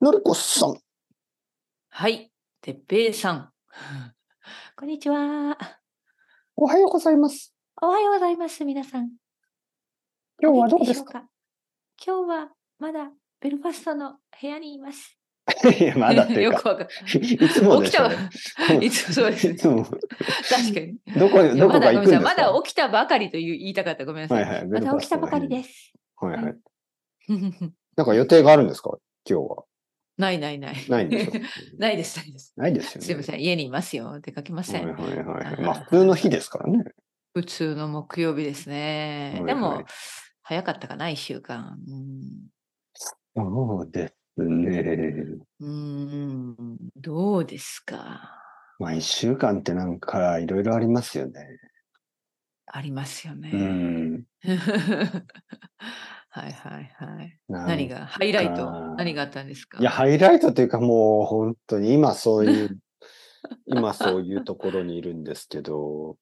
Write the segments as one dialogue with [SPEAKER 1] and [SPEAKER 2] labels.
[SPEAKER 1] のりこさん。
[SPEAKER 2] はい、てっぺいさん。こんにちは。
[SPEAKER 1] おはようございます。
[SPEAKER 2] おはようございます、皆さん。
[SPEAKER 1] 今日は
[SPEAKER 2] お元
[SPEAKER 1] ど
[SPEAKER 2] 気
[SPEAKER 1] うですか
[SPEAKER 2] しょうか今日はまだベルファストの部屋にいます。
[SPEAKER 1] いや、まだという
[SPEAKER 2] よ
[SPEAKER 1] か、
[SPEAKER 2] くわかん
[SPEAKER 1] いつもで
[SPEAKER 2] 起
[SPEAKER 1] す
[SPEAKER 2] き
[SPEAKER 1] よ
[SPEAKER 2] たわ
[SPEAKER 1] ね。。
[SPEAKER 2] いつもそうです
[SPEAKER 1] い
[SPEAKER 2] ね。
[SPEAKER 1] つも、
[SPEAKER 2] 確かに。
[SPEAKER 1] どこ、どこが行
[SPEAKER 2] まだご
[SPEAKER 1] くん
[SPEAKER 2] めんな
[SPEAKER 1] で
[SPEAKER 2] さい
[SPEAKER 1] す
[SPEAKER 2] ま
[SPEAKER 1] か
[SPEAKER 2] だ起きたばかりという言いたかった。ごめんなさ。
[SPEAKER 1] はいいはい、。
[SPEAKER 2] また起きたばかりですす。
[SPEAKER 1] はいはい。
[SPEAKER 2] うん
[SPEAKER 1] なんか予定があるんですか今日は。
[SPEAKER 2] ないないない。
[SPEAKER 1] ないんで しょ
[SPEAKER 2] ないです、ないです。
[SPEAKER 1] ないですよね。
[SPEAKER 2] すいません、家にいますよ。出かけません。
[SPEAKER 1] はいはいはいはい。まあ、普通の日ですからね。
[SPEAKER 2] 普通の木曜日ですね。
[SPEAKER 1] はい
[SPEAKER 2] で
[SPEAKER 1] はい
[SPEAKER 2] も、早かったかな、一週間。うん
[SPEAKER 1] そうですね。
[SPEAKER 2] うーん、どうですか。
[SPEAKER 1] まあ、一週間ってなんかいろいろありますよね。
[SPEAKER 2] ありますよね。
[SPEAKER 1] うん。
[SPEAKER 2] はいはいはい。何がハイライト何があったんですか
[SPEAKER 1] いや、ハイライトというかもう本当に今そういう、今そういうところにいるんですけど。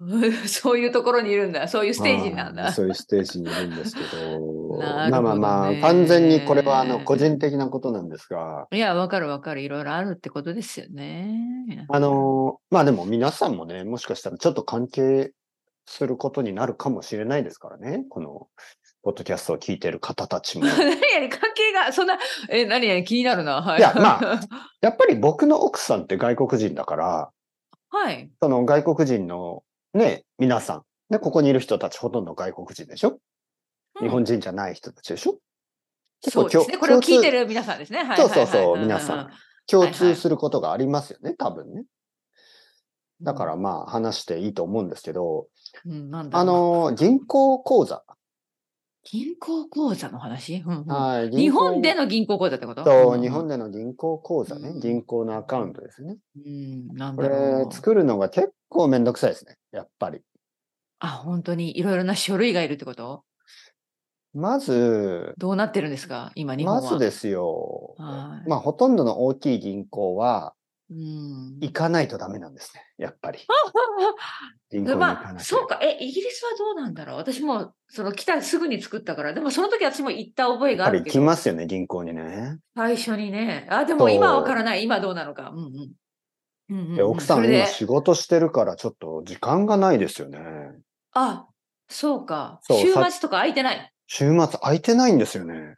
[SPEAKER 2] そういうところにいるんだ。そういうステージなん
[SPEAKER 1] まあ
[SPEAKER 2] だ。
[SPEAKER 1] そういうステージにいるんですけど。
[SPEAKER 2] な
[SPEAKER 1] まあ
[SPEAKER 2] るほどね
[SPEAKER 1] まあまあ、完全にこれはあの個人的なことなんですが、
[SPEAKER 2] いや、わかるわかる。いろいろあるってことですよね。皆さん
[SPEAKER 1] あ、の、まあでも皆さんもね、もしかしたらちょっと関係することになるかもしれないですからね。この、ポッドキャストを聞いてる方た ちも。
[SPEAKER 2] 何や関係が、そんな、え、何や気になるな。はい。
[SPEAKER 1] いやまやっぱり僕の奥さんって外国人だから、
[SPEAKER 2] はい。
[SPEAKER 1] その外国人のね、皆さん。で、ここにいる人たちほとんど外国人でしょ
[SPEAKER 2] うん
[SPEAKER 1] 日本人じゃない人たちでしょ結
[SPEAKER 2] そ
[SPEAKER 1] 構
[SPEAKER 2] うです
[SPEAKER 1] 共
[SPEAKER 2] ね。これを
[SPEAKER 1] 共通
[SPEAKER 2] 聞いてる皆さんですね。はいはい
[SPEAKER 1] そ
[SPEAKER 2] は
[SPEAKER 1] う
[SPEAKER 2] い。
[SPEAKER 1] そうそう、
[SPEAKER 2] んんん
[SPEAKER 1] 皆さん。。
[SPEAKER 2] はい
[SPEAKER 1] 共
[SPEAKER 2] はい
[SPEAKER 1] 通することがありますよね、多分ね。だからまあ話していいと思うんですけど、
[SPEAKER 2] うん、なんだろ
[SPEAKER 1] あ
[SPEAKER 2] うな
[SPEAKER 1] の、銀行口座。
[SPEAKER 2] 銀行口座の話、うんうん
[SPEAKER 1] はい銀行
[SPEAKER 2] 日本での銀行口座ってこと
[SPEAKER 1] と、
[SPEAKER 2] うん
[SPEAKER 1] 日本での銀行口座ね
[SPEAKER 2] う、ん
[SPEAKER 1] 銀行のアカウントですね。
[SPEAKER 2] うん、なん
[SPEAKER 1] こ
[SPEAKER 2] だろ
[SPEAKER 1] れ
[SPEAKER 2] う、。
[SPEAKER 1] 作るのが結構めんどくさいですね、やっぱり。
[SPEAKER 2] あ、本当にいろいろな書類がいるってこと
[SPEAKER 1] まず、
[SPEAKER 2] どうなってるんですか今、日本
[SPEAKER 1] ま
[SPEAKER 2] は。
[SPEAKER 1] ずですよ。
[SPEAKER 2] はい
[SPEAKER 1] まあ、ほとんどの大きい銀行は
[SPEAKER 2] うん、
[SPEAKER 1] 行かないとダメなんですね、やっぱり。銀行に行かなきゃ
[SPEAKER 2] まあ、そうか。え、イギリスはどうなんだろう私も、その来たすぐに作ったから、でもその時私も行った覚え
[SPEAKER 1] や
[SPEAKER 2] が
[SPEAKER 1] っ
[SPEAKER 2] あ
[SPEAKER 1] ぱり行
[SPEAKER 2] るけ
[SPEAKER 1] き
[SPEAKER 2] ど、
[SPEAKER 1] ますよね、銀行にね。
[SPEAKER 2] 最初にね。あ、でも今は
[SPEAKER 1] そう
[SPEAKER 2] わからない。今どうなのか。うんうん。うんうんうん
[SPEAKER 1] で奥さ
[SPEAKER 2] そ
[SPEAKER 1] ん
[SPEAKER 2] れで
[SPEAKER 1] 今仕事してるからちょっと時間がないですよね。
[SPEAKER 2] あ、そうか。
[SPEAKER 1] そう
[SPEAKER 2] 週末
[SPEAKER 1] さ
[SPEAKER 2] とか空いてない。
[SPEAKER 1] 週末空いてないんですよね。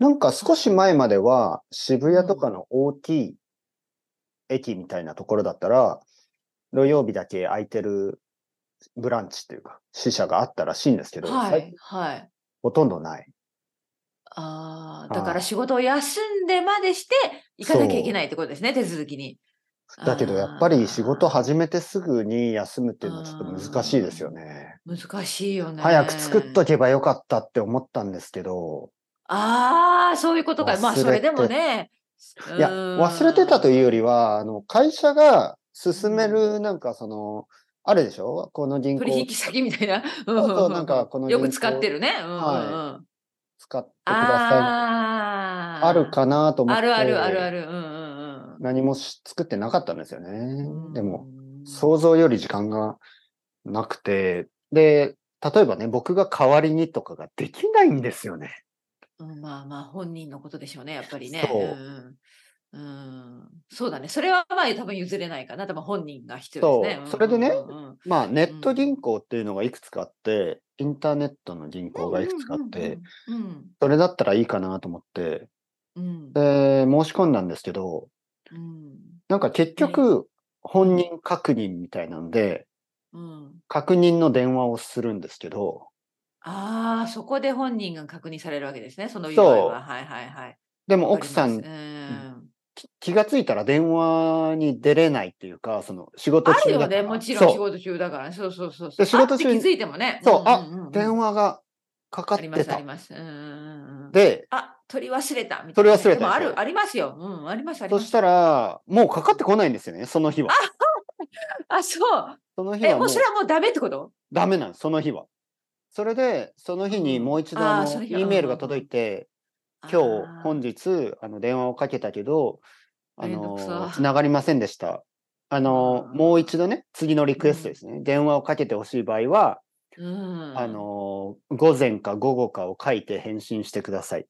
[SPEAKER 1] なんか少し前までは渋谷とかの大きい駅みたいなところだったら、土曜日だけ空いてるブランチっていうか、支社があったらしいんですけど、
[SPEAKER 2] は
[SPEAKER 1] 最近
[SPEAKER 2] い。はい。
[SPEAKER 1] ほとんどない。あ
[SPEAKER 2] ああ、
[SPEAKER 1] ー
[SPEAKER 2] だから仕事を休んでまでして行かなきゃいけないってことですね、手続きに。
[SPEAKER 1] だけどやっぱり仕事
[SPEAKER 2] あ
[SPEAKER 1] 始めてすぐに休むっていうのはちょっと難しいですよね。
[SPEAKER 2] ー難しいよね。
[SPEAKER 1] 早く作っとけばよかったって思ったんですけど、
[SPEAKER 2] ああ、そういうことか。まあ、
[SPEAKER 1] 忘れて
[SPEAKER 2] それでもね。
[SPEAKER 1] いや、
[SPEAKER 2] うーん
[SPEAKER 1] 忘れてたというよりは、あの、会社が進める、なんかその、あるでしょこの銀行
[SPEAKER 2] 取引先みたいな。
[SPEAKER 1] う
[SPEAKER 2] うんうんうん
[SPEAKER 1] なんかこの
[SPEAKER 2] よ
[SPEAKER 1] 銀
[SPEAKER 2] く
[SPEAKER 1] 行
[SPEAKER 2] 使ってるね。うんうんうん
[SPEAKER 1] は使ってくださ
[SPEAKER 2] あ
[SPEAKER 1] い。
[SPEAKER 2] あ。
[SPEAKER 1] あるかなと思って。
[SPEAKER 2] あるあるあるある。うんうんうん
[SPEAKER 1] 何もし作ってなかったんですよね
[SPEAKER 2] うん。。
[SPEAKER 1] でも、想像より時間がなくて、で、例えばね、僕が代わりにとかができないんですよね。
[SPEAKER 2] うん、まあまあ本人のことでしょうね、やっぱりね。
[SPEAKER 1] そう
[SPEAKER 2] うんうん、うんそうだね。それはまあ多分譲れないかな。多分本人が必要ですね。
[SPEAKER 1] そうそれでね
[SPEAKER 2] うんうんうん
[SPEAKER 1] まあ、ネット銀行っていうのがいくつかあって、インターネットの銀行がいくつかあって、。
[SPEAKER 2] うん
[SPEAKER 1] それだったらいいかなと思って、
[SPEAKER 2] うんうん
[SPEAKER 1] で、申し込んだんですけど、
[SPEAKER 2] うん
[SPEAKER 1] なんか結局、本人確認みたいなんで、
[SPEAKER 2] うんうん
[SPEAKER 1] 確認の電話をするんですけど、
[SPEAKER 2] ああ、そこで本人が確認されるわけですね。その
[SPEAKER 1] そう
[SPEAKER 2] 色合いは。はいはいはい。
[SPEAKER 1] でも奥さ
[SPEAKER 2] わ
[SPEAKER 1] ん
[SPEAKER 2] か、ります
[SPEAKER 1] き気がついたら電話に出れないっていうか、その仕
[SPEAKER 2] うん、
[SPEAKER 1] 事
[SPEAKER 2] ある
[SPEAKER 1] 中
[SPEAKER 2] よ
[SPEAKER 1] だから。
[SPEAKER 2] ね。もちろん仕
[SPEAKER 1] そう
[SPEAKER 2] 事中だからね。そうそうそうそう。
[SPEAKER 1] で仕事中
[SPEAKER 2] あっ
[SPEAKER 1] に
[SPEAKER 2] て気づいてもね。
[SPEAKER 1] そうあ
[SPEAKER 2] んんん
[SPEAKER 1] 電話がかかっ
[SPEAKER 2] ありま
[SPEAKER 1] て
[SPEAKER 2] すあ
[SPEAKER 1] た
[SPEAKER 2] り。ます。うんうんうんうん
[SPEAKER 1] で、
[SPEAKER 2] あ、取り忘れたみたい
[SPEAKER 1] 取
[SPEAKER 2] な
[SPEAKER 1] り
[SPEAKER 2] ね。
[SPEAKER 1] 忘れた
[SPEAKER 2] でもあ
[SPEAKER 1] でしょ
[SPEAKER 2] る、ありますよ。うん、あります、あり
[SPEAKER 1] そ
[SPEAKER 2] ま
[SPEAKER 1] し
[SPEAKER 2] す。
[SPEAKER 1] たら、もうかかってこないんですよね、その日は。
[SPEAKER 2] あ、そう。
[SPEAKER 1] その日
[SPEAKER 2] え、
[SPEAKER 1] は
[SPEAKER 2] も
[SPEAKER 1] もう
[SPEAKER 2] うそれはもうダメってこと
[SPEAKER 1] ダメなんです、その日は。それで、その日にもう一度、
[SPEAKER 2] あー
[SPEAKER 1] あ
[SPEAKER 2] そ
[SPEAKER 1] の、
[SPEAKER 2] の日は
[SPEAKER 1] E メールが届いて、今日、本
[SPEAKER 2] 日。
[SPEAKER 1] 日、あの、電話をかけたけど、あ
[SPEAKER 2] めんどく
[SPEAKER 1] の、
[SPEAKER 2] さ
[SPEAKER 1] つながりませんでした。あの
[SPEAKER 2] あ、ー
[SPEAKER 1] もう一度ね、次のリクエストですね。電話をかけてほしい場合は、
[SPEAKER 2] うん。
[SPEAKER 1] あ、の、午前か午後かを書いて返信してください。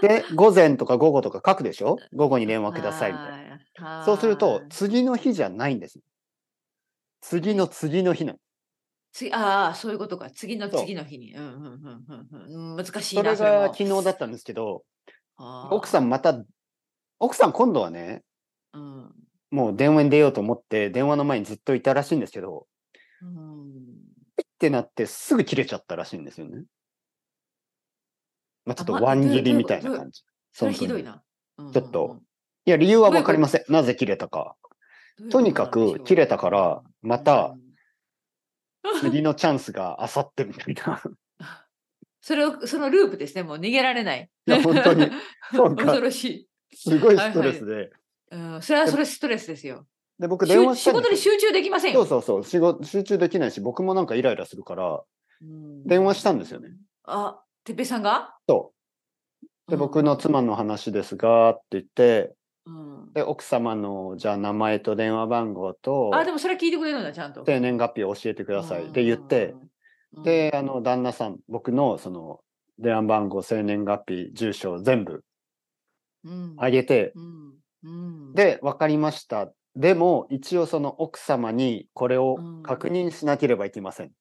[SPEAKER 1] で、午前とか午後とか書くでしょ午後に電話くださいみたいな。
[SPEAKER 2] な
[SPEAKER 1] そうすると、次の日じゃないんです。次の次の日なの。
[SPEAKER 2] 次ああ、そういうことか。次の
[SPEAKER 1] そう
[SPEAKER 2] 次の日に。うんうんうんうんうん、難しい
[SPEAKER 1] そ
[SPEAKER 2] な。
[SPEAKER 1] れ
[SPEAKER 2] れ
[SPEAKER 1] が
[SPEAKER 2] も
[SPEAKER 1] 昨日だったんですけど、
[SPEAKER 2] ああ
[SPEAKER 1] 奥さんまた、奥さん今度はね、
[SPEAKER 2] うん。
[SPEAKER 1] もう電話に出ようと思って、電話の前にずっといたらしいんですけど、
[SPEAKER 2] うん
[SPEAKER 1] ピッてなってすぐ切れちゃったらしいんですよね。まあ、ちょっと
[SPEAKER 2] あま
[SPEAKER 1] ワン切
[SPEAKER 2] どうい
[SPEAKER 1] り
[SPEAKER 2] う
[SPEAKER 1] みたいな感じ。
[SPEAKER 2] それ
[SPEAKER 1] そ
[SPEAKER 2] ひ
[SPEAKER 1] の
[SPEAKER 2] ど
[SPEAKER 1] 時
[SPEAKER 2] いな。うんうんうん
[SPEAKER 1] ちょっと、いや、理由はわかりません。なぜ切れたか。
[SPEAKER 2] どういうことなんでしょう
[SPEAKER 1] にかく切れたから、また
[SPEAKER 2] うん
[SPEAKER 1] 次のチャンスがあさってみたいな。
[SPEAKER 2] それを、そのループですね。もう逃げられない。
[SPEAKER 1] いや本当にそうか
[SPEAKER 2] 恐ろしい。
[SPEAKER 1] すごいストレスで。
[SPEAKER 2] うん、それはそれストレスですよ。
[SPEAKER 1] で、僕電話し
[SPEAKER 2] 仕
[SPEAKER 1] たんで
[SPEAKER 2] 事に
[SPEAKER 1] すよ
[SPEAKER 2] 集中できません
[SPEAKER 1] そ
[SPEAKER 2] よ。
[SPEAKER 1] うそうそう仕事。集中できないし、僕もなんかイライラするから、
[SPEAKER 2] うん
[SPEAKER 1] 電話したんですよね。
[SPEAKER 2] あ、てっぺいさんが
[SPEAKER 1] そで、僕の、妻の話ですが、って言って、
[SPEAKER 2] うんうん
[SPEAKER 1] で、奥様の、じゃあ名前と電話番号と、
[SPEAKER 2] あ、でもそれ聞いてくれるんだ、ちゃんと。
[SPEAKER 1] 生年月日を教えてください。で、言って、
[SPEAKER 2] うん、
[SPEAKER 1] で、あの、旦那さん、僕の、その、電話番号、生年月日、住所、全部
[SPEAKER 2] うん、
[SPEAKER 1] あげて、
[SPEAKER 2] うん、うん、
[SPEAKER 1] で、わかりました。でも、一応その奥様にこれを確認しなければいけません。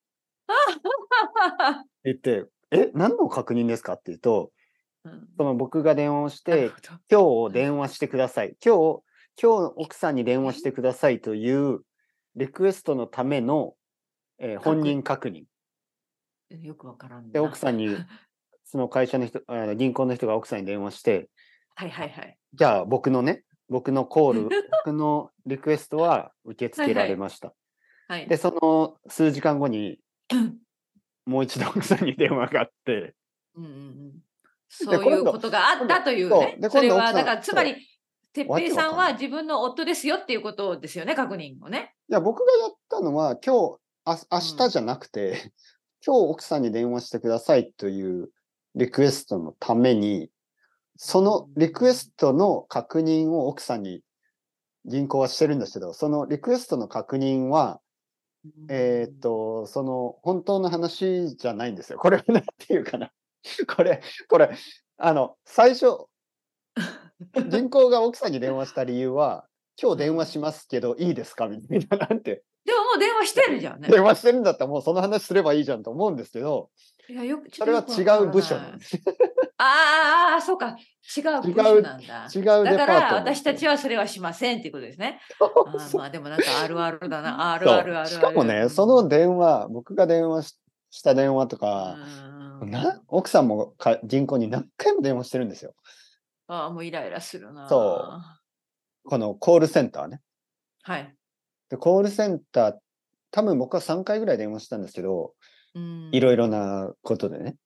[SPEAKER 1] 言って、え、何の確認ですかって言うと、
[SPEAKER 2] うん
[SPEAKER 1] その僕が電話をし
[SPEAKER 2] な
[SPEAKER 1] て
[SPEAKER 2] るほ、ど
[SPEAKER 1] 今日を電話してください。今日、今日奥さんに電話してくださいというリクエストのための、えー
[SPEAKER 2] 確認
[SPEAKER 1] 本人確認。
[SPEAKER 2] よくわからんな。
[SPEAKER 1] で、奥さん に、その会社の人、あの銀行の人が奥さんに電話して、
[SPEAKER 2] はいは いはい。
[SPEAKER 1] じゃあ僕のね、僕のコール、僕のリクエストは受け付けられました。
[SPEAKER 2] はい。
[SPEAKER 1] で、その数時間後に、
[SPEAKER 2] うん
[SPEAKER 1] もう一度奥さんに電話があって、
[SPEAKER 2] うんうんうんそうい
[SPEAKER 1] 今
[SPEAKER 2] う
[SPEAKER 1] 度
[SPEAKER 2] ことがあったという
[SPEAKER 1] そう
[SPEAKER 2] ね
[SPEAKER 1] で。今度
[SPEAKER 2] それ
[SPEAKER 1] 奥さ
[SPEAKER 2] は、
[SPEAKER 1] ん
[SPEAKER 2] だから、つまり
[SPEAKER 1] そ、
[SPEAKER 2] てっぺいさ
[SPEAKER 1] わけわかん
[SPEAKER 2] ん
[SPEAKER 1] な
[SPEAKER 2] はい自分の夫ですよっていうことですよね、確認をね。
[SPEAKER 1] いや、僕がやったのは、今日、あ明日じゃなくて、 今日奥さんに電話してくださいというリクエストのために、そのリクエストの確認を奥さんに銀行はしてるんですけど、そのリクエストの確認は、えーっと、その本当の話じゃないんですよ。これは なんていうかな。これ、これ、あの、最初、銀行が奥さんに電話した理由は、今日電話しますけどいいですかみたいな、なんて。
[SPEAKER 2] でももう電話してるじゃんね。
[SPEAKER 1] 電話してるんだったらもうその話すればいいじゃんと思うんですけど、
[SPEAKER 2] いやよくち
[SPEAKER 1] そ
[SPEAKER 2] ょっ
[SPEAKER 1] れ
[SPEAKER 2] と
[SPEAKER 1] は
[SPEAKER 2] よく
[SPEAKER 1] 違
[SPEAKER 2] わか
[SPEAKER 1] う
[SPEAKER 2] らない
[SPEAKER 1] 部署なんです。
[SPEAKER 2] あーあーあー、そうか。違う部署な
[SPEAKER 1] 違
[SPEAKER 2] んだ。
[SPEAKER 1] うデパート
[SPEAKER 2] だから
[SPEAKER 1] なんです
[SPEAKER 2] 私たちはそれはしませんっていうことですね。あーまあでもなんかあるあるだ な。あるあるあるある。
[SPEAKER 1] しかもね、その電話、僕が電話しした電話とか、
[SPEAKER 2] うん
[SPEAKER 1] な奥さんもか銀行に何回も電話してるんですよ。
[SPEAKER 2] ああ、もうイライラするな。
[SPEAKER 1] そこのコールセンターね。
[SPEAKER 2] はい。
[SPEAKER 1] で、コールセンター、多分僕は3回ぐらい電話したんですけど、い
[SPEAKER 2] い
[SPEAKER 1] ろいろなことでね。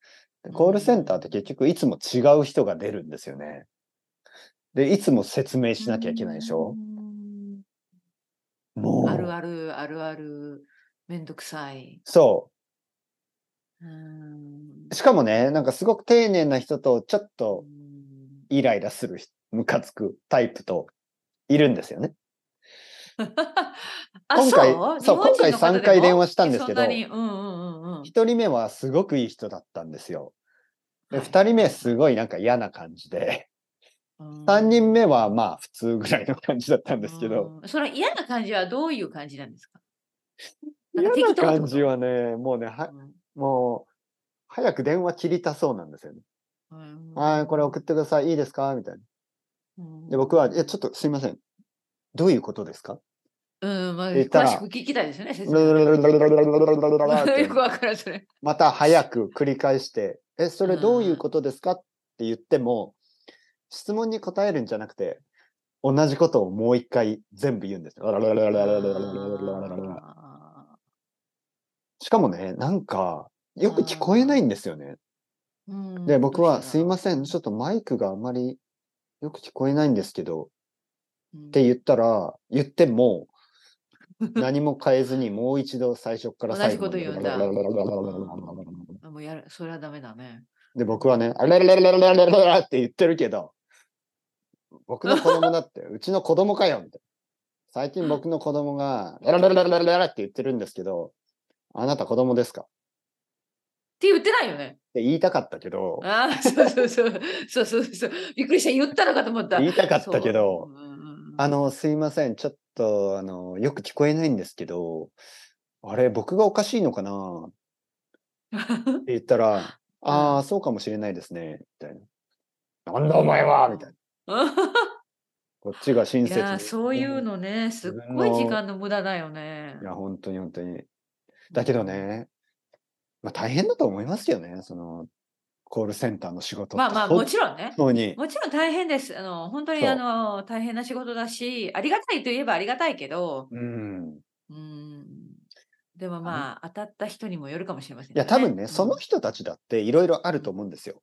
[SPEAKER 1] でコールセンターって結局いつも違う人が出るんですよね。で、いつも説明しなきゃいけないでしょ。もう。
[SPEAKER 2] あるあるあるある。めんどくさい。
[SPEAKER 1] そう
[SPEAKER 2] ーん
[SPEAKER 1] う。しかもね、なんかすごく丁寧な人と、ちょっとイライラする人、ムカつくタイプと、いるんですよね。
[SPEAKER 2] あ
[SPEAKER 1] 今回
[SPEAKER 2] そう
[SPEAKER 1] そう
[SPEAKER 2] 日本人
[SPEAKER 1] 今
[SPEAKER 2] の
[SPEAKER 1] 回
[SPEAKER 2] 方でも
[SPEAKER 1] 3回電話したんですけど
[SPEAKER 2] そなにうんうんうんうん
[SPEAKER 1] 一人目はすごくいい人だったんですよ。で、
[SPEAKER 2] はい
[SPEAKER 1] 二人目すごいなんか嫌な感じで、
[SPEAKER 2] うん
[SPEAKER 1] 三人目はまあ普通ぐらいの感じだったんですけど、
[SPEAKER 2] うんその嫌な感じはどういう感じなんですか
[SPEAKER 1] 嫌な感じ。
[SPEAKER 2] んか
[SPEAKER 1] はね、もうね、は
[SPEAKER 2] 適当ってこ
[SPEAKER 1] もう、早く電話切りたそうなんですよね。
[SPEAKER 2] とうん
[SPEAKER 1] はい、これ送ってください。いいですかみたいな。
[SPEAKER 2] うん
[SPEAKER 1] で、僕は、いや、ちょっとすいません。どういうことです か
[SPEAKER 2] うん、まあ、
[SPEAKER 1] 言った
[SPEAKER 2] 詳
[SPEAKER 1] ら
[SPEAKER 2] しく聞きたいですよね、先生。よく
[SPEAKER 1] ま
[SPEAKER 2] わからん、それ。
[SPEAKER 1] た早く繰り返して、え、それどういうことですかって言っても、質問に答えるんじゃなくて、同じことをもう一回全部言うんですよ。
[SPEAKER 2] あ
[SPEAKER 1] しかもね、なんか、よく聞こえないんですよね。
[SPEAKER 2] ーうん
[SPEAKER 1] で、僕は、すいま
[SPEAKER 2] せ
[SPEAKER 1] せん、ちょっとマイクがあまりよく聞こえないんですけど、
[SPEAKER 2] ん
[SPEAKER 1] って言ったら、言っても、 何も変えずに、もう一度最初から最後まで
[SPEAKER 2] 同じこと言うんだあもうやる、それはダメだね。
[SPEAKER 1] で、僕はね、あれれれれれれれれって言ってるけど、僕の子供だって、うちの子供かよみたいな。最近僕の子供が、れれれれれれれれって言ってるんですけど、あなた子供ですか
[SPEAKER 2] て言ってないよね。
[SPEAKER 1] 言いたかったけど、
[SPEAKER 2] ああ、そうそうそう。そうそうそう。びっくりした。言ったのかと思った。
[SPEAKER 1] 言いたかったけど
[SPEAKER 2] そう。うんうんうん
[SPEAKER 1] あの、すいません。ちょっと、あの、よく聞こえないんですけど、あれ、僕がおかしいのかなって言ったら、ああ、そうかもしれないですね。みたいな。なんだお前はみたいな。こっちが親
[SPEAKER 2] い
[SPEAKER 1] 切
[SPEAKER 2] やー
[SPEAKER 1] に。
[SPEAKER 2] そういうのね、すっごい時間の無駄だよね。
[SPEAKER 1] いや、本当に本当に。だけどね、まあ大変だと思いますよね。その、コールセンターの仕事って。
[SPEAKER 2] まあまあ、もちろんね。
[SPEAKER 1] 本当に。
[SPEAKER 2] もちろん大変です。あの本当に
[SPEAKER 1] そう
[SPEAKER 2] あの大変な仕事だし、ありがたいといえばありがたいけど、
[SPEAKER 1] うん。
[SPEAKER 2] うん、でもまあ、当たった人にもよるかもしれません、ね。
[SPEAKER 1] いや、多分ね、
[SPEAKER 2] うん
[SPEAKER 1] その人たちだっていろいろあると思うんですよ。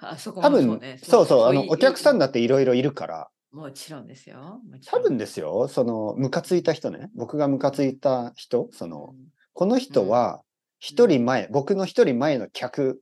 [SPEAKER 2] あそこ
[SPEAKER 1] 多
[SPEAKER 2] もそ
[SPEAKER 1] 分
[SPEAKER 2] う、ね、
[SPEAKER 1] そうそう、あの、
[SPEAKER 2] い
[SPEAKER 1] お客さん
[SPEAKER 2] い
[SPEAKER 1] だっていろいろいるから、
[SPEAKER 2] もちろんですよ。もちろ
[SPEAKER 1] 多
[SPEAKER 2] ん
[SPEAKER 1] 分ですよ、その、ムカついた人ね、僕がムカついた人、その、この人は、一人前、僕の一人前の客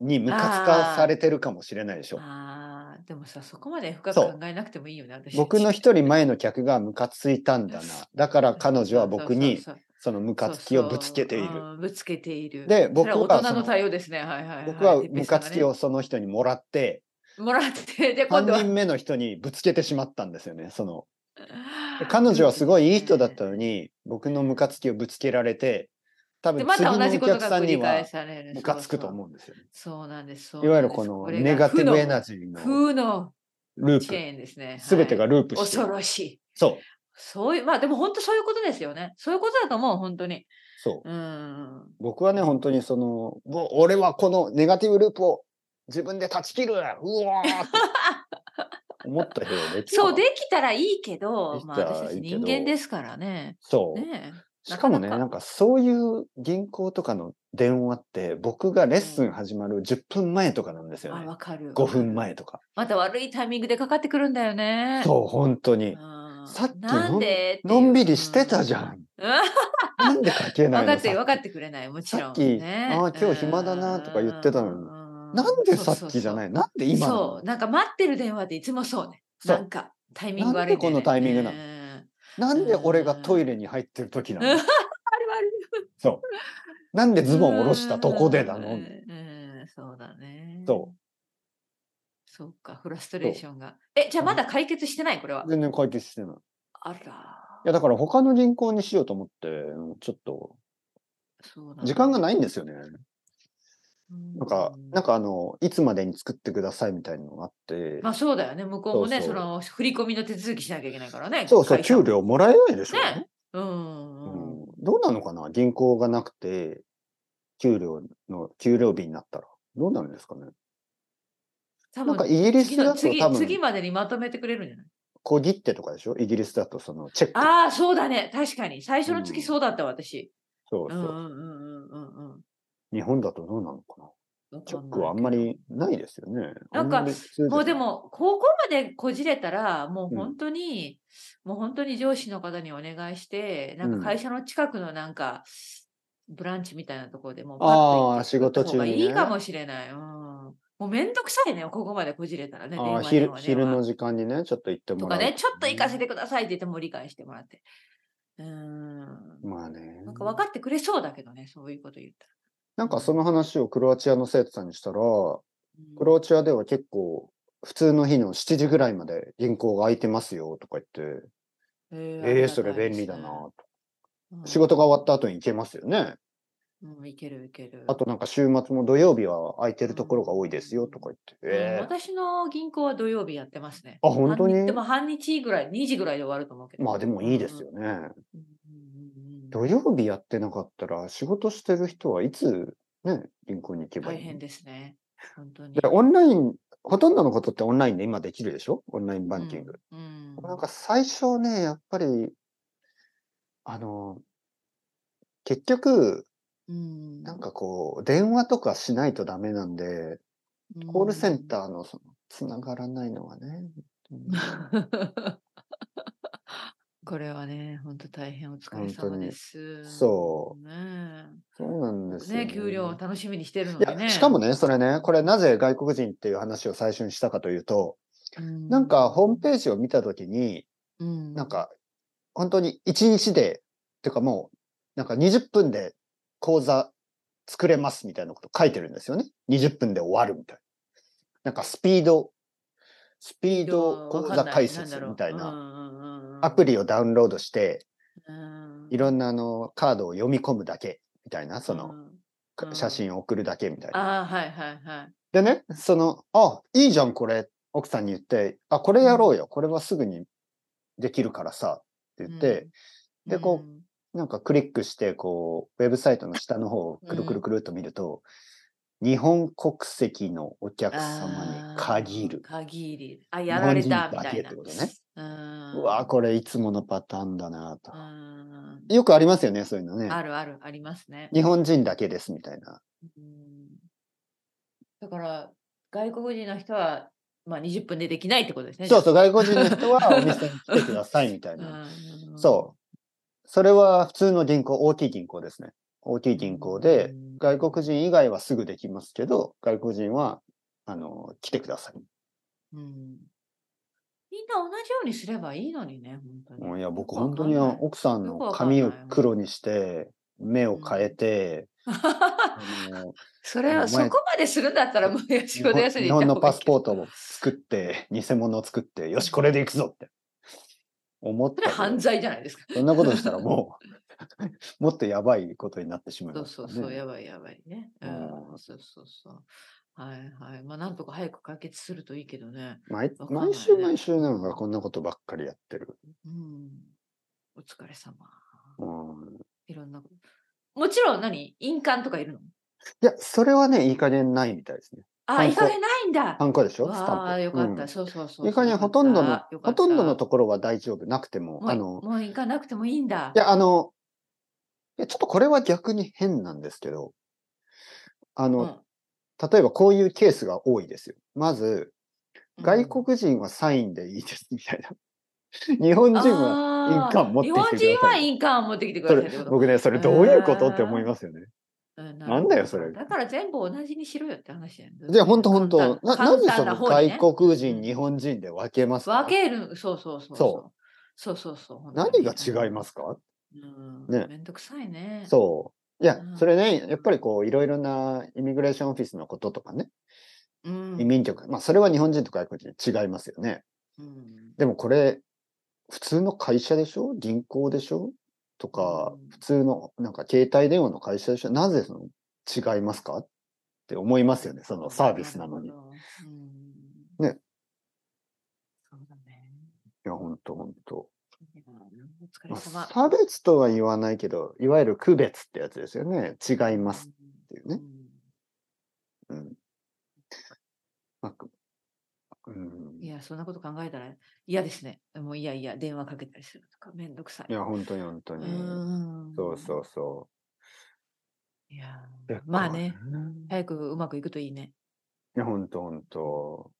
[SPEAKER 1] にムカつかされてるかもしれないでし
[SPEAKER 2] うん
[SPEAKER 1] ょ。
[SPEAKER 2] あーでもさ、そこまで深く
[SPEAKER 1] そう
[SPEAKER 2] 考えなくてもいいよね、私
[SPEAKER 1] 僕の一人前の客がムカついたんだな。だから彼女は僕に
[SPEAKER 2] そうそうそう
[SPEAKER 1] そのムカつきをぶつけている。
[SPEAKER 2] そうそううんぶつけている。
[SPEAKER 1] で僕
[SPEAKER 2] それは
[SPEAKER 1] 僕は
[SPEAKER 2] 大人
[SPEAKER 1] そ
[SPEAKER 2] の
[SPEAKER 1] の
[SPEAKER 2] 対応ですね。はいはい、はい。
[SPEAKER 1] 僕は
[SPEAKER 2] てっぺ
[SPEAKER 1] ム
[SPEAKER 2] いさ
[SPEAKER 1] カ
[SPEAKER 2] んが
[SPEAKER 1] つ
[SPEAKER 2] ね
[SPEAKER 1] きをその人にもらって、
[SPEAKER 2] もらって、で、今度
[SPEAKER 1] 3
[SPEAKER 2] は。
[SPEAKER 1] 人目の人にぶつけてしまったんですよね。その彼女はすごいいい人だったのに、僕のムカつきをぶつけられて、多
[SPEAKER 2] で
[SPEAKER 1] 分
[SPEAKER 2] ま
[SPEAKER 1] 次の
[SPEAKER 2] た
[SPEAKER 1] お
[SPEAKER 2] 同じこと
[SPEAKER 1] 客
[SPEAKER 2] が
[SPEAKER 1] さん
[SPEAKER 2] 繰
[SPEAKER 1] に
[SPEAKER 2] り返
[SPEAKER 1] は
[SPEAKER 2] される。
[SPEAKER 1] ムカつくと
[SPEAKER 2] そう
[SPEAKER 1] 思うんですよね。
[SPEAKER 2] そう。そうなんです。
[SPEAKER 1] いわゆるこのネガティブエナ
[SPEAKER 2] ジ
[SPEAKER 1] ジー
[SPEAKER 2] ー
[SPEAKER 1] の
[SPEAKER 2] 負の
[SPEAKER 1] ルー
[SPEAKER 2] チ
[SPEAKER 1] プ、
[SPEAKER 2] ェーンですね。
[SPEAKER 1] すべてが
[SPEAKER 2] はい
[SPEAKER 1] ループして
[SPEAKER 2] 恐
[SPEAKER 1] る。
[SPEAKER 2] ろしい。
[SPEAKER 1] そう、
[SPEAKER 2] そういう、まあでも本当そういうことですよね。そういうことだと思う、本当に。
[SPEAKER 1] そう。
[SPEAKER 2] うん。
[SPEAKER 1] 僕はね、本当にその、うわ俺はこのネガティブループを自分で断ち切るうわーって思ったけ ど、できた
[SPEAKER 2] そう、できたらいいけど
[SPEAKER 1] で、き
[SPEAKER 2] ま
[SPEAKER 1] た
[SPEAKER 2] あ
[SPEAKER 1] らいいけど
[SPEAKER 2] 私たち人間ですからね。
[SPEAKER 1] そう。
[SPEAKER 2] ねえ
[SPEAKER 1] しかもね、
[SPEAKER 2] なか
[SPEAKER 1] な
[SPEAKER 2] なん
[SPEAKER 1] かそういう銀行とかの電話って、僕がレッスン始まる10分前とかなんです
[SPEAKER 2] え。あ、
[SPEAKER 1] よね。
[SPEAKER 2] わかる。
[SPEAKER 1] 5分。前とか。
[SPEAKER 2] また悪いタイミングでかかってくるんだよね。
[SPEAKER 1] そう、本当に。
[SPEAKER 2] うん。
[SPEAKER 1] さっき
[SPEAKER 2] なんで
[SPEAKER 1] のんびりしてたじ
[SPEAKER 2] ん。
[SPEAKER 1] ゃん。
[SPEAKER 2] うん
[SPEAKER 1] なんで書けない
[SPEAKER 2] 分
[SPEAKER 1] の
[SPEAKER 2] かって分か
[SPEAKER 1] さっき
[SPEAKER 2] ってくれないもちろん、ね、
[SPEAKER 1] さっきあー今日暇だなとか言ってたのに
[SPEAKER 2] に
[SPEAKER 1] なんでさっきじゃないいなんで今なの
[SPEAKER 2] そうなんか待ってる電話っていつもそうね
[SPEAKER 1] そう
[SPEAKER 2] なんかタイミング悪い、ね、
[SPEAKER 1] なんでこのタイミングなの
[SPEAKER 2] うん
[SPEAKER 1] なんで俺がトイレに入ってる時な
[SPEAKER 2] うん
[SPEAKER 1] の
[SPEAKER 2] あるある
[SPEAKER 1] そう。なんでズボン下ろしたとこでな
[SPEAKER 2] う
[SPEAKER 1] の
[SPEAKER 2] んうんそうだね
[SPEAKER 1] そう
[SPEAKER 2] そうかフラストレーションがえじゃあまだ解決してないこれは
[SPEAKER 1] 全然解決してない。い
[SPEAKER 2] あら
[SPEAKER 1] や、だから他の銀行にしようと思って、ちょっと、
[SPEAKER 2] そう
[SPEAKER 1] 時間が
[SPEAKER 2] い
[SPEAKER 1] ないんですよね。なんか、なん
[SPEAKER 2] か
[SPEAKER 1] かあの、いつまでに作ってくださいみたいなのがあって
[SPEAKER 2] ま、あそうだよね向こうもね
[SPEAKER 1] そ
[SPEAKER 2] そう
[SPEAKER 1] そう
[SPEAKER 2] の振り込みの手続きしなきゃいけないからね
[SPEAKER 1] そうそう、
[SPEAKER 2] 会社も
[SPEAKER 1] 給料もらえないでしょ、
[SPEAKER 2] ねうん
[SPEAKER 1] う
[SPEAKER 2] うん
[SPEAKER 1] ん。どうなのかな銀行がなくて、給料の、給料日になったら。どうなるんですかね
[SPEAKER 2] 多
[SPEAKER 1] なん
[SPEAKER 2] 分
[SPEAKER 1] かイギリス
[SPEAKER 2] 次の
[SPEAKER 1] だと
[SPEAKER 2] 次
[SPEAKER 1] 多
[SPEAKER 2] 次
[SPEAKER 1] 分、
[SPEAKER 2] までにまとめてくれるんじゃない
[SPEAKER 1] 小切手とかでしょイギリスだとその、チェック。
[SPEAKER 2] ああ、そうだね。確かに。最初の
[SPEAKER 1] うん
[SPEAKER 2] 月そうだった、私。
[SPEAKER 1] そう
[SPEAKER 2] う
[SPEAKER 1] そ
[SPEAKER 2] んうんう
[SPEAKER 1] う。
[SPEAKER 2] んうんうん
[SPEAKER 1] 日本だとどうなのかな
[SPEAKER 2] うん。
[SPEAKER 1] チェックはあんまりないですよね。
[SPEAKER 2] なんか
[SPEAKER 1] あまり普通
[SPEAKER 2] もうで
[SPEAKER 1] ない、
[SPEAKER 2] も、高校までこじれたら、もう
[SPEAKER 1] うん
[SPEAKER 2] 本当に、もう本当に上司の方にお願いして、なん
[SPEAKER 1] うん
[SPEAKER 2] か会社の近くのなんか、ブランチみたいなところでもう
[SPEAKER 1] あー
[SPEAKER 2] パッと行って
[SPEAKER 1] 仕事中にね
[SPEAKER 2] 行った方がいいかもしれない。うん、もうめんどくさいね、ここまでこじれたらね。電
[SPEAKER 1] あー
[SPEAKER 2] 話電
[SPEAKER 1] 昼
[SPEAKER 2] 話電
[SPEAKER 1] 昼
[SPEAKER 2] 話
[SPEAKER 1] の時間にね、ちょっと行って
[SPEAKER 2] と
[SPEAKER 1] もら
[SPEAKER 2] か
[SPEAKER 1] う。
[SPEAKER 2] ね、ちょっと行かせてくださいって言っても理解してもらって。うーん。
[SPEAKER 1] まあね。
[SPEAKER 2] なんか分かってくれそうだけどね、そういうこと言ったら。
[SPEAKER 1] なんかその話をクロアチアの生徒さんにしたら、
[SPEAKER 2] うん
[SPEAKER 1] クロアチアでは結構、普通の日の7時ぐらいまで銀行が空いてますよとか言って、
[SPEAKER 2] え
[SPEAKER 1] ええー、それ便利だな。と。
[SPEAKER 2] うん
[SPEAKER 1] 仕事が終わった後に行けますよね。
[SPEAKER 2] うん、いけるいける。
[SPEAKER 1] あとなんか週末も土曜日は空いてるところが多いですよとか言って、
[SPEAKER 2] うん、
[SPEAKER 1] ええ
[SPEAKER 2] 私の銀行は土曜日やってますね。
[SPEAKER 1] あ、本当
[SPEAKER 2] 半日
[SPEAKER 1] に
[SPEAKER 2] でも半日ぐらい、2時ぐらいで終わると思うけど。
[SPEAKER 1] まあでもいいですよね。
[SPEAKER 2] うんうんうんうん。
[SPEAKER 1] 土曜日やってなかったら仕事してる人はいつね、銀行に行けばい
[SPEAKER 2] 大
[SPEAKER 1] いの
[SPEAKER 2] 変ですね。本当に
[SPEAKER 1] で。オンライン、ほとんどのことってオンラインで今できるでしょオンラインバンキング。
[SPEAKER 2] うん。うん
[SPEAKER 1] なんか最初ね、やっぱり、あの、結局、
[SPEAKER 2] うん
[SPEAKER 1] なんかこう、電話とかしないとダメなんで、コールセンターのその、つながらないのはね。 うん
[SPEAKER 2] ー。 これはね、本当大変お疲れ様です。。
[SPEAKER 1] そう
[SPEAKER 2] ね
[SPEAKER 1] そうなんですよ、
[SPEAKER 2] ね、給料を楽しみにしてるの
[SPEAKER 1] い
[SPEAKER 2] でね。
[SPEAKER 1] や、しかもね、それね、これなぜ外国人っていう話を最初にしたかというと、
[SPEAKER 2] う、
[SPEAKER 1] なんかホームページを見たときに、
[SPEAKER 2] うん
[SPEAKER 1] なん、か、本当に1日で、てかもう、なんか20分で講座作れますみたいなこと書いてるんですよね。20分で終わるみたいな。なんかスピード、スピード講座解説みたいな
[SPEAKER 2] な
[SPEAKER 1] アプリをダウンロードして、いろ
[SPEAKER 2] なん
[SPEAKER 1] なあのカードを読み込むだけみたいな、そ
[SPEAKER 2] うん
[SPEAKER 1] の
[SPEAKER 2] うん
[SPEAKER 1] 写真を送るだけみたいな。
[SPEAKER 2] ああ、はいはいはい。
[SPEAKER 1] でね、その、あ、いいじゃん、これ、奥さんに言って、あ、これやろうよ、これはすぐにできるからさ、って言って、
[SPEAKER 2] うん、
[SPEAKER 1] でこなんかクリックして、こう、ウェブサイトの下の方をくるくるくるっと見ると、日本国籍のお
[SPEAKER 2] うん、
[SPEAKER 1] 客様に限る
[SPEAKER 2] あ。ー限り。あ、やられたみた
[SPEAKER 1] 日本人だけ
[SPEAKER 2] い
[SPEAKER 1] っ
[SPEAKER 2] な。
[SPEAKER 1] てことね。
[SPEAKER 2] うん
[SPEAKER 1] うわーこれいつものパターンだなと
[SPEAKER 2] う。ん
[SPEAKER 1] よくありますよね、そういうのね。
[SPEAKER 2] あるあるありますね。
[SPEAKER 1] 日本人だけです、みたいな。
[SPEAKER 2] うんだから、外国人の人は、まあ、20分でできないってことですね。
[SPEAKER 1] そうそう、外国人の人はお店に来てください、みたいな。
[SPEAKER 2] うん
[SPEAKER 1] そう。それは普通の銀行、大きい銀行ですね。大きい銀行で、
[SPEAKER 2] うん
[SPEAKER 1] 外国人以外はすぐできますけど、外国人は、あの、来てください。
[SPEAKER 2] うんみんな同じようにすればいいのにね、本当
[SPEAKER 1] もう
[SPEAKER 2] に。
[SPEAKER 1] い や、僕、
[SPEAKER 2] よくわ
[SPEAKER 1] 本
[SPEAKER 2] か
[SPEAKER 1] 当
[SPEAKER 2] ん
[SPEAKER 1] に
[SPEAKER 2] ない
[SPEAKER 1] 奥さん
[SPEAKER 2] よ
[SPEAKER 1] の
[SPEAKER 2] くわかんない
[SPEAKER 1] 髪を黒にして、目を変え て、あの
[SPEAKER 2] それ
[SPEAKER 1] あ
[SPEAKER 2] は
[SPEAKER 1] の
[SPEAKER 2] そ
[SPEAKER 1] 前
[SPEAKER 2] こまでするんだったらもうよ
[SPEAKER 1] 日
[SPEAKER 2] し仕事
[SPEAKER 1] 本
[SPEAKER 2] 休み
[SPEAKER 1] 日本のパスポー
[SPEAKER 2] ト。
[SPEAKER 1] トを作って、偽物を作って、よし、これで行くぞって思っ
[SPEAKER 2] そ
[SPEAKER 1] た
[SPEAKER 2] れ
[SPEAKER 1] け
[SPEAKER 2] は
[SPEAKER 1] ど。
[SPEAKER 2] 犯罪じゃないですか。
[SPEAKER 1] そんなことしたらもう、 もっとやばいことになってしまい
[SPEAKER 2] そ
[SPEAKER 1] ま
[SPEAKER 2] う
[SPEAKER 1] す
[SPEAKER 2] そ
[SPEAKER 1] から
[SPEAKER 2] う
[SPEAKER 1] ね。
[SPEAKER 2] そう、やばいやばいね。う、
[SPEAKER 1] うん
[SPEAKER 2] そうそうそう。はいはい。まあなんとか早く解決するといいけどね。
[SPEAKER 1] 毎
[SPEAKER 2] わかんないね
[SPEAKER 1] 毎週毎週なんかこんなことばっかりやってる。
[SPEAKER 2] うん。お疲れ様。
[SPEAKER 1] うん
[SPEAKER 2] いろんなこと。もちろん何印鑑とかいるの
[SPEAKER 1] いや、それはね、いい加減ないみたいですね。
[SPEAKER 2] あ、
[SPEAKER 1] ハン
[SPEAKER 2] い
[SPEAKER 1] コ
[SPEAKER 2] かげないんだ。
[SPEAKER 1] ハンコでしょスタンプ。
[SPEAKER 2] ああ、よかった、
[SPEAKER 1] うん
[SPEAKER 2] そうそうそうそう。
[SPEAKER 1] いい加減ほとんど
[SPEAKER 2] よ
[SPEAKER 1] の
[SPEAKER 2] かったよ、か
[SPEAKER 1] ほ
[SPEAKER 2] った
[SPEAKER 1] とんどのところは大丈夫。なくても、
[SPEAKER 2] もう
[SPEAKER 1] あ
[SPEAKER 2] い
[SPEAKER 1] の、
[SPEAKER 2] もう印鑑なくてもいいんだ。
[SPEAKER 1] いや、あの、いやちょっとこれは逆に変なんですけど、あ
[SPEAKER 2] うん、
[SPEAKER 1] の、例えばこういうケースが多いですよ。まず、
[SPEAKER 2] うん
[SPEAKER 1] 外国人はサインでいいです、みたいな。 日本人は、印鑑持ってきてください
[SPEAKER 2] あー日本人は印鑑を持ってきてく
[SPEAKER 1] そ
[SPEAKER 2] ださいっ
[SPEAKER 1] れ
[SPEAKER 2] てこと。
[SPEAKER 1] 僕ね、それどういうことって思いますよね。
[SPEAKER 2] うん
[SPEAKER 1] なんだよそれ
[SPEAKER 2] だから全部同じにしろよって話やん。
[SPEAKER 1] じゃあ、ほんとほんと、
[SPEAKER 2] 簡単
[SPEAKER 1] な
[SPEAKER 2] 簡
[SPEAKER 1] なんでそ
[SPEAKER 2] 単な
[SPEAKER 1] の
[SPEAKER 2] 方にね
[SPEAKER 1] 外国人、日本人で分けますか
[SPEAKER 2] 分ける、そうそうそう。
[SPEAKER 1] そう
[SPEAKER 2] そうそうそう本当
[SPEAKER 1] 何
[SPEAKER 2] に
[SPEAKER 1] が違いますか
[SPEAKER 2] うん
[SPEAKER 1] ね
[SPEAKER 2] めんどくさいね。
[SPEAKER 1] そう。いや
[SPEAKER 2] う、ん
[SPEAKER 1] それね、やっぱりこう、いろいろなイミグレーションオフィスのこととかね、
[SPEAKER 2] うん。
[SPEAKER 1] 移民局、まあ、それは日本人と外国人違いますよね。
[SPEAKER 2] うん
[SPEAKER 1] でもこれ、普通の会社でしょ銀行でしょとか
[SPEAKER 2] うん、
[SPEAKER 1] 普通の、なんか携帯電話の会社でしょなぜその違いますかって思いますよね、そのサービスなのに。い
[SPEAKER 2] るほどうん
[SPEAKER 1] ね
[SPEAKER 2] そうだね。
[SPEAKER 1] や、ほんとほんと。
[SPEAKER 2] いやお疲れ
[SPEAKER 1] まあ
[SPEAKER 2] 様。
[SPEAKER 1] 差別とは言わないけど、いわゆる区別ってやつですよね。違いますっていう
[SPEAKER 2] う
[SPEAKER 1] ね。
[SPEAKER 2] ん。
[SPEAKER 1] うん。まあくうん、
[SPEAKER 2] いや、そんなこと考えたら嫌ですね。もういやいや、電話かけたりするとか、めんどくさ
[SPEAKER 1] い
[SPEAKER 2] い。
[SPEAKER 1] や、本当に本当
[SPEAKER 2] う
[SPEAKER 1] に。
[SPEAKER 2] ーん
[SPEAKER 1] そうそうそ
[SPEAKER 2] いや
[SPEAKER 1] う
[SPEAKER 2] ー。まあね、
[SPEAKER 1] 結構。
[SPEAKER 2] 早くうまくいくといいね。
[SPEAKER 1] いや、本当本当。